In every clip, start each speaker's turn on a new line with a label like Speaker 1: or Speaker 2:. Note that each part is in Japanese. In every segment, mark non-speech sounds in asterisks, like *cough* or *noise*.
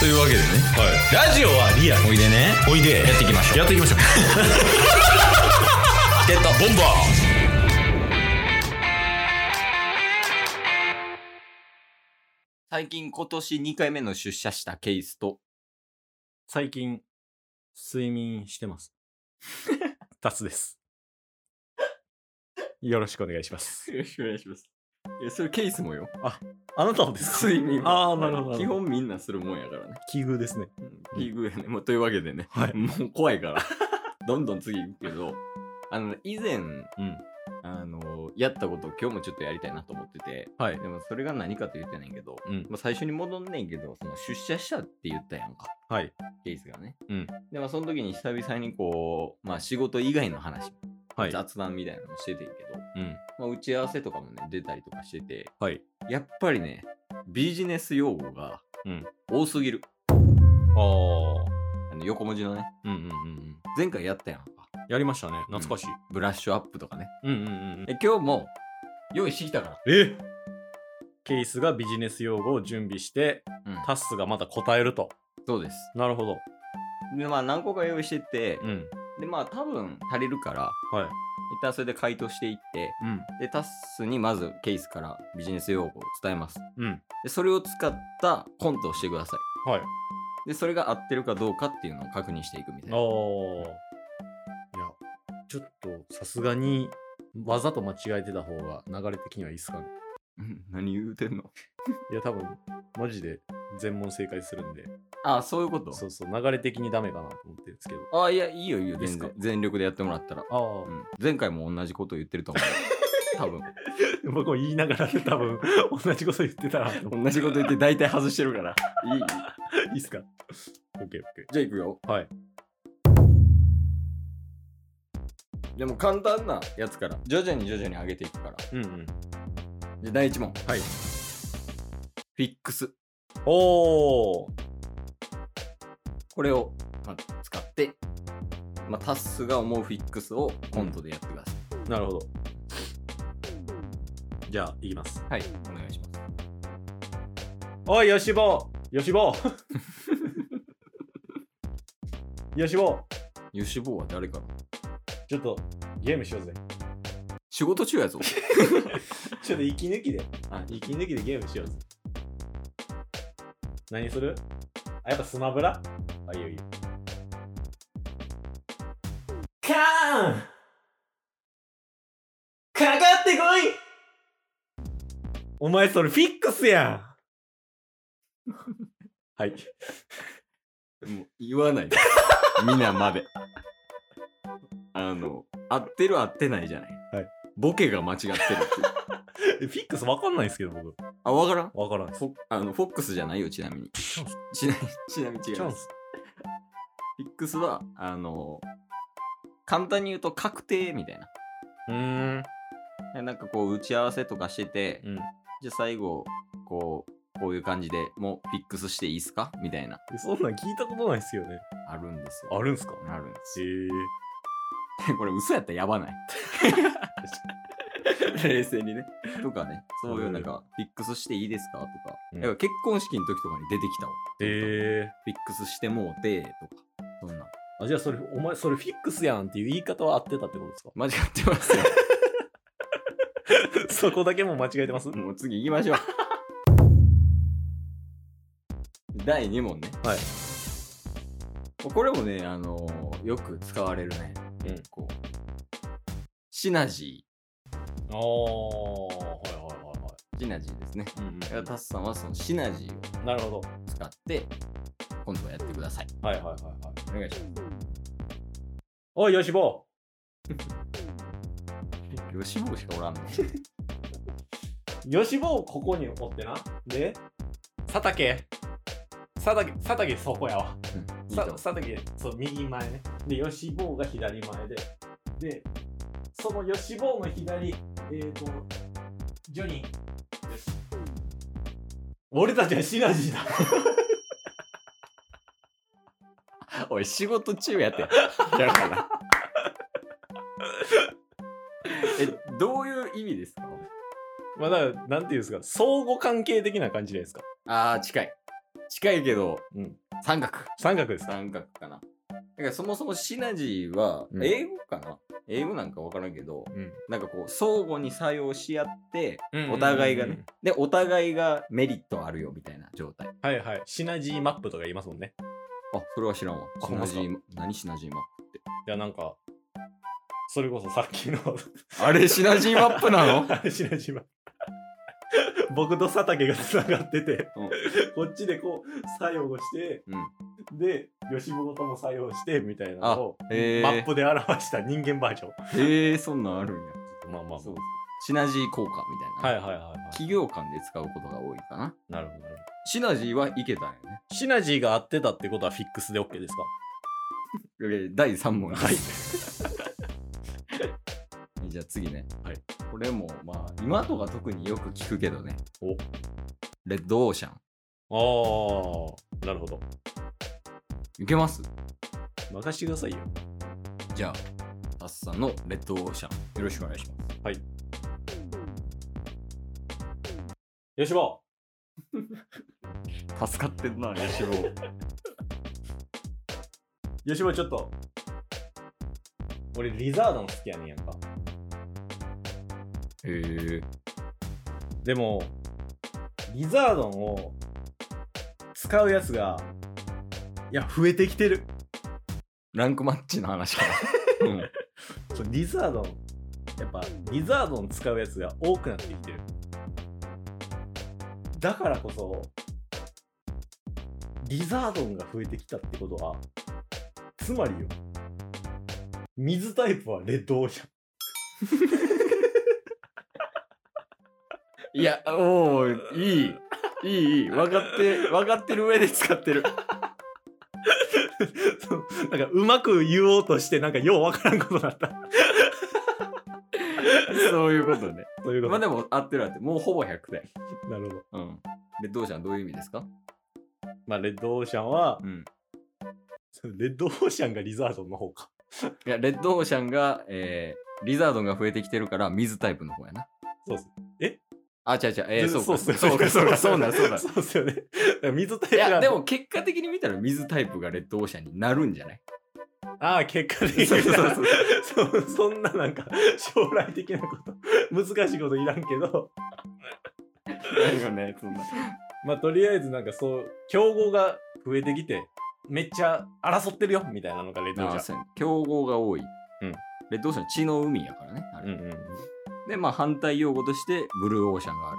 Speaker 1: というわけでね
Speaker 2: はい。ラジオはリアル。
Speaker 1: おいでね
Speaker 2: おいで。
Speaker 1: やっていきましょう
Speaker 2: やっていきましょう。
Speaker 1: *laughs* ゲットボンバ最近今年2回目の出社したケースと
Speaker 2: 最近、睡眠してます。タスです。よろしくお願いします。
Speaker 1: よろしくお願いしますいやそれケースもよ
Speaker 2: あなたもです
Speaker 1: 睡眠も
Speaker 2: あーなるほどなるほど
Speaker 1: 基本みんなするもんやからね
Speaker 2: 奇遇ですね。
Speaker 1: うん奇遇やね、もうというわけでね
Speaker 2: はい。
Speaker 1: もう怖いからどんどん次行くけどあの以前
Speaker 2: うん。
Speaker 1: あのやったことを今日もちょっとやりたいなと思ってて
Speaker 2: はい
Speaker 1: で。もそれが何かと言ってないけど、
Speaker 2: うん
Speaker 1: まあ、最初に戻んねんけどその出社したって言ったやんか
Speaker 2: はい。
Speaker 1: ケースがね、
Speaker 2: うん
Speaker 1: でまあその時に久々にこう、まあ、仕事以外の話、
Speaker 2: はい。
Speaker 1: 雑談みたいなのもしててんけど、
Speaker 2: うん。
Speaker 1: まあ、打ち合わせとかもね出たりとかしてて
Speaker 2: はい。
Speaker 1: やっぱりねビジネス用語が
Speaker 2: うん
Speaker 1: 多すぎる、
Speaker 2: あー。
Speaker 1: あの横文字のね
Speaker 2: うんうんうんうん。
Speaker 1: 前回やったやんか
Speaker 2: やりましたね。懐かしい。
Speaker 1: ブラッシュアップとかね
Speaker 2: うんうんうん。
Speaker 1: え今日も用意してきたから
Speaker 2: えケイスがビジネス用語を準備して、
Speaker 1: うん
Speaker 2: タスがまた答えると。
Speaker 1: そうです
Speaker 2: なるほど。
Speaker 1: でまあ何個か用意してて、
Speaker 2: うん。
Speaker 1: でまあ多分足りるから
Speaker 2: はい。
Speaker 1: 一旦それで回答していって
Speaker 2: うん。
Speaker 1: でタッスにまずケースからビジネス用語を伝えます
Speaker 2: うん。
Speaker 1: でそれを使ったコントをしてくださ
Speaker 2: はい。
Speaker 1: いでそれが合ってるかどうかっていうのを確認していくみたい
Speaker 2: あ
Speaker 1: な
Speaker 2: ーいやちょっとさすがにわざと間違えてた方が流れ的にはいいっすかね
Speaker 1: うん *laughs* 何言うてんの *laughs*
Speaker 2: いや多分マジで全問正解するんで
Speaker 1: ああそういうこと
Speaker 2: そうそう流れ的にダメかなと思ってるんですけど
Speaker 1: ああいやいいよいいよ
Speaker 2: いいっ
Speaker 1: 全
Speaker 2: すか
Speaker 1: 然全力でやってもらったら、
Speaker 2: ああ
Speaker 1: うん、前回も同じこと言ってると思
Speaker 2: *laughs*
Speaker 1: う多分
Speaker 2: 僕も言いながら多分 *laughs* 同じこと言ってたらと思う
Speaker 1: 同じこと言って大体外してるからいいいい
Speaker 2: いいっすか ?OKOK
Speaker 1: じゃあいくよ
Speaker 2: はい
Speaker 1: でも簡単なやつから徐々に徐々に上げていくから
Speaker 2: うんうん
Speaker 1: じゃあ第一問
Speaker 2: はい
Speaker 1: フィックス
Speaker 2: おー
Speaker 1: これを、まあ、使って、まあ、タッスが思うフィックスをコントでやってください、
Speaker 2: なるほどじゃあいきます
Speaker 1: はいお願いします
Speaker 2: おい、よしぼよしぼ *laughs* よしぼ
Speaker 1: ユシボーは誰かな
Speaker 2: ちょっとゲームしようぜ。
Speaker 1: 仕事中や *laughs* ぞ
Speaker 2: ちょっと息抜きで、
Speaker 1: はい
Speaker 2: 息抜きでゲームしようぜ。何するあ、やっぱスマブラあ、いいよいいよ。カーンかかってこいお前それフィックスやんはい。
Speaker 1: もう言わ
Speaker 2: *laughs*
Speaker 1: ないで皆まであの合ってる合ってないじゃない、
Speaker 2: はい
Speaker 1: ボケが間違ってるっていう
Speaker 2: えフィックスわかんないんですけど、僕。
Speaker 1: あわからん
Speaker 2: わからんです。
Speaker 1: フォあのフォックスじゃないよちなみに
Speaker 2: チャンス
Speaker 1: ちなみにちなみに違
Speaker 2: チ
Speaker 1: い
Speaker 2: ャ
Speaker 1: ま
Speaker 2: ン
Speaker 1: す
Speaker 2: ス
Speaker 1: フィックスはあの簡単に言うと確定みたいな
Speaker 2: うーん。
Speaker 1: でなんかこう打ち合わせとかしてて、
Speaker 2: うん。
Speaker 1: じゃあ最後こうこういう感じでもうフィックスしていいですかみたいな
Speaker 2: そんなん聞いたことないっすよね。
Speaker 1: あるんですよ
Speaker 2: あるんすか
Speaker 1: あるんです
Speaker 2: え
Speaker 1: よ *laughs*
Speaker 2: ー、
Speaker 1: これ嘘やったらやばない冷静にねとかねそういうなんかフィックスしていいですかとか,、
Speaker 2: うん
Speaker 1: 結婚式の時とかに出てきたわ
Speaker 2: え
Speaker 1: フィックスしてもうてとかそんな
Speaker 2: ー、あじゃあそれ、お前それフィックスやんっていう言い方は合ってたってことですか
Speaker 1: 間違ってますよ
Speaker 2: *laughs* そこだけも間違えてます
Speaker 1: *laughs* もう次行きましょう第2問ね
Speaker 2: はい
Speaker 1: これもね、あのーよく使われるね。
Speaker 2: うん
Speaker 1: 結構。シナジ
Speaker 2: ああ、はいはいはいは
Speaker 1: ー。シナジーですね。
Speaker 2: い。うん
Speaker 1: だからタスさんはそのシナジーを
Speaker 2: なるほど。
Speaker 1: 使って、今度はやってください。
Speaker 2: はいはいはいはい。
Speaker 1: お願いし
Speaker 2: おい、よしぼ
Speaker 1: ます。吉本しかおらんの。
Speaker 2: よしぼここにおってな。で、佐竹佐竹、佐竹そこやわ。
Speaker 1: いい
Speaker 2: さ
Speaker 1: と思
Speaker 2: 佐竹そう右前ねで吉坊が左前ででその吉坊の左えっ、ー、とジョニーです俺たちはシナジーだ
Speaker 1: うおい、仕事中やって。だから。 *laughs* え、どういう意味ですか
Speaker 2: まあだからなんていうんですか相互関係的な感じじゃないですか
Speaker 1: ああ、近い。近いけど、
Speaker 2: うん
Speaker 1: 三角。
Speaker 2: 三角ですか
Speaker 1: 三角かな。だからそもそもシナジーは
Speaker 2: う、ん
Speaker 1: 英語かな、英語なんかわからんけど、
Speaker 2: うん
Speaker 1: なんかこう、相互に作用し合って、お互いがね。で、お互いがメリットあるよみたいな状態。
Speaker 2: はいはいシナジーマップとか言いますもんね
Speaker 1: あ、それは知らんわ。
Speaker 2: あ
Speaker 1: シ
Speaker 2: ほんま
Speaker 1: ナ
Speaker 2: っす
Speaker 1: ジ
Speaker 2: か
Speaker 1: ー、何シナジーマッ
Speaker 2: いやなんかそれこそさっきの *laughs*
Speaker 1: プあれ、シナジーマップなの
Speaker 2: あれシナジーマップ僕と佐竹がつながってて、
Speaker 1: うん
Speaker 2: こっちでこう作用をして
Speaker 1: うん。
Speaker 2: で吉本とも作用してみたいなのを
Speaker 1: へー
Speaker 2: マップで表した人間バージョン
Speaker 1: へえ、そんなんあるんや。
Speaker 2: まあまあ
Speaker 1: そうシナジー効果みた
Speaker 2: はい
Speaker 1: いな。
Speaker 2: はいはいはい
Speaker 1: 企業間で使うことが多いかな。
Speaker 2: なるほどなるほ
Speaker 1: シナジーはいけたんよね。
Speaker 2: どシナジーが合ってたってことはフィックスで OK ですか
Speaker 1: えー第3問です。
Speaker 2: はい
Speaker 1: *laughs* じゃあ次ね。
Speaker 2: はい
Speaker 1: これも、まあ、今とか特によく聞くけどね。
Speaker 2: お
Speaker 1: レッドオーシャン。
Speaker 2: ああなるほど
Speaker 1: いけます
Speaker 2: 任してくださいよ
Speaker 1: じゃあ、タスさんのレッドオーシャン。よろしくお願いします。
Speaker 2: 吉本
Speaker 1: 助かってんな、吉 *laughs* 郎。
Speaker 2: 吉本ちょっと俺リザードン好きやねんやんか
Speaker 1: へえ。
Speaker 2: でもリザードンを使うやつがいや増えてきてる
Speaker 1: ランクマッチの話 *laughs* かな。うん。
Speaker 2: そうリザードンやっぱリザードン使うやつが多くなってきてるだからこそリザードンが増えてきたってことはつまりよ水タイプはレッドオーシャン
Speaker 1: いや、おー、いい。いい、いい。分かって、分かってる上で使って *laughs* る。
Speaker 2: そう *laughs* なんかうまく言おうとしてなんかようわからんことになった *laughs*
Speaker 1: そういうことね。
Speaker 2: というこ
Speaker 1: まあ
Speaker 2: と
Speaker 1: でも、合ってる合ってる。もうほぼ100点。
Speaker 2: なるほど
Speaker 1: うん。レッドオーシャンどういう意味ですか
Speaker 2: まあレッドオーシャンは
Speaker 1: うん。
Speaker 2: レッドオーシャンがリザードンの方か
Speaker 1: いや、レッドオーシャンが、えー、リザードンが増えてきてるから、水タイプの方やな。
Speaker 2: そうっすえ
Speaker 1: あ、違う違う。えー、そうか。
Speaker 2: っすよね
Speaker 1: そうか、そうか、そうだ、 *laughs* そうだ。
Speaker 2: *laughs* そうっすよねだから水タイ
Speaker 1: い
Speaker 2: プが
Speaker 1: や、でも結果的に見たら水タイプがレッドオーシャンになるんじゃない
Speaker 2: ああ結果的
Speaker 1: *laughs*
Speaker 2: に
Speaker 1: そうそうそう
Speaker 2: そう *laughs* そんななんか将来的なこと難しいこといらんけど
Speaker 1: ないよね、そんな。
Speaker 2: まあとりあえずなんかそう競合が増えてきてめっちゃ争ってるよみたいなのがレッドオーシャン
Speaker 1: そうやね競合が多い。
Speaker 2: うん
Speaker 1: レッドオーシャン血の海やからね。あれ
Speaker 2: うんうん
Speaker 1: で、まあ反対用語として、ブルーオーシャンがある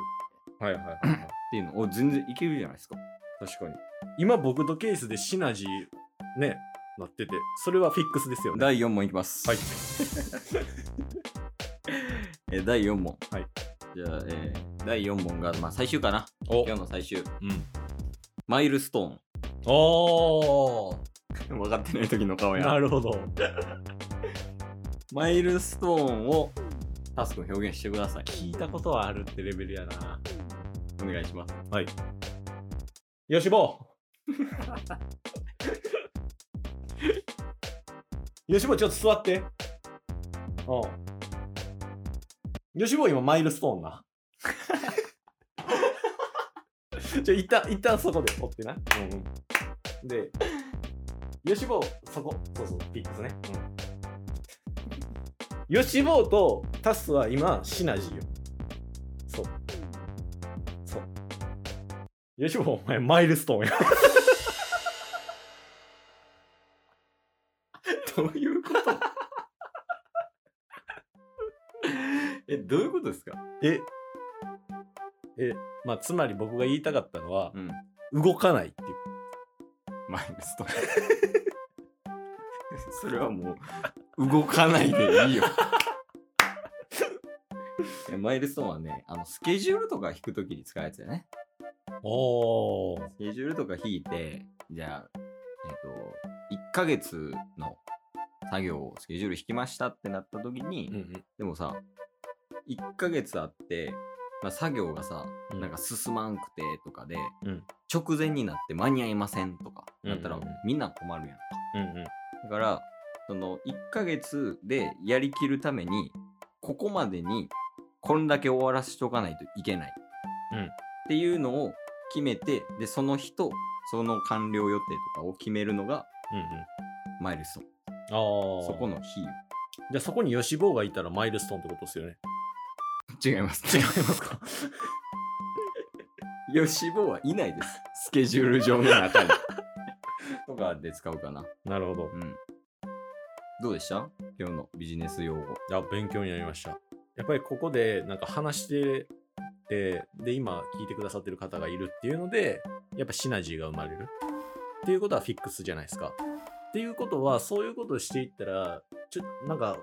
Speaker 2: はいはいはいはい
Speaker 1: っていうのを全然いけるじゃないですか。
Speaker 2: 確かに今僕とケースでシナジーねなっててそれはフィックスですよね
Speaker 1: 第4問いきます。
Speaker 2: はい。
Speaker 1: *laughs* えー第4問。
Speaker 2: はい。
Speaker 1: じゃあ、えー第4問が、まあ最終かな。
Speaker 2: お
Speaker 1: 今日の最終。
Speaker 2: うん
Speaker 1: マイルスト
Speaker 2: お
Speaker 1: ーン。 *laughs* 分かってない時の顔
Speaker 2: なるほど
Speaker 1: マイルストーンをタスク表現してください。
Speaker 2: 聞いたことはあるってレベルやな
Speaker 1: お願いします。
Speaker 2: よしぼよしぼちょっと座ってうんよしぼ今マイルストーンなちょ一旦一旦そこで追ってなうんうんでよしぼそこそうそうピックスねうんよしぼとタスは今シナジーよそうそうよしぼお前マイルストーンや
Speaker 1: どういうこと *laughs* え、どういうことですか
Speaker 2: ええまあつまり僕が言いたかったのは
Speaker 1: うん。
Speaker 2: 動かないっていう
Speaker 1: マイルストーン。 *laughs* それはも
Speaker 2: *laughs*
Speaker 1: う、動かないでいいよ。えマイルストーンはね、あのスケジュールとか引くときに使うやつだよね。
Speaker 2: おー
Speaker 1: スケジュールとか引いて、じゃあ、えっ、と、1ヶ月の作業をスケジュール引きましたってなったときに、
Speaker 2: うん
Speaker 1: でもさ、1ヶ月あって、まあ、作業がさ、
Speaker 2: うん
Speaker 1: なんか進まんくてとかで、
Speaker 2: うん
Speaker 1: 直前になって間に合いませんとか、
Speaker 2: うんうん
Speaker 1: なったらみんな困るやん。
Speaker 2: うんうん
Speaker 1: だから、その1ヶ月でやりきるために、ここまでにこんだけ終わらせておかないといけない。
Speaker 2: うん
Speaker 1: っていうのを決めて、で、その日と、その完了予定とかを決めるのがマイルストーン。
Speaker 2: うんうん。ああ。
Speaker 1: そこの日。
Speaker 2: じゃあそこに吉坊がいたらマイルストーンってことですよね。
Speaker 1: 違います。
Speaker 2: 違います
Speaker 1: *laughs*
Speaker 2: か
Speaker 1: 吉坊はいないです。スケジュール上の中に。とかで使うかな。
Speaker 2: なるほど。
Speaker 1: うん。どうでした今日のビジネス用語。
Speaker 2: いや、勉強になりました。やっぱりここでなんか話してて、で、今聞いてくださってる方がいるっていうので、やっぱシナジーが生まれる。っていうことはフィックスじゃないですか。っていうことは、そういうことをしていったら、ちょなんか、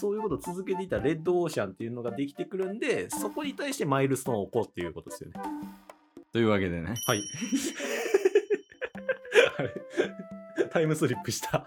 Speaker 2: そういうことを続けていたらレッドオーシャンっていうのができてくるんで、そこに対してマイルストーンを置こうっていうことですよね。
Speaker 1: というわけでね。
Speaker 2: はい。 *laughs* あれタイムスリップした。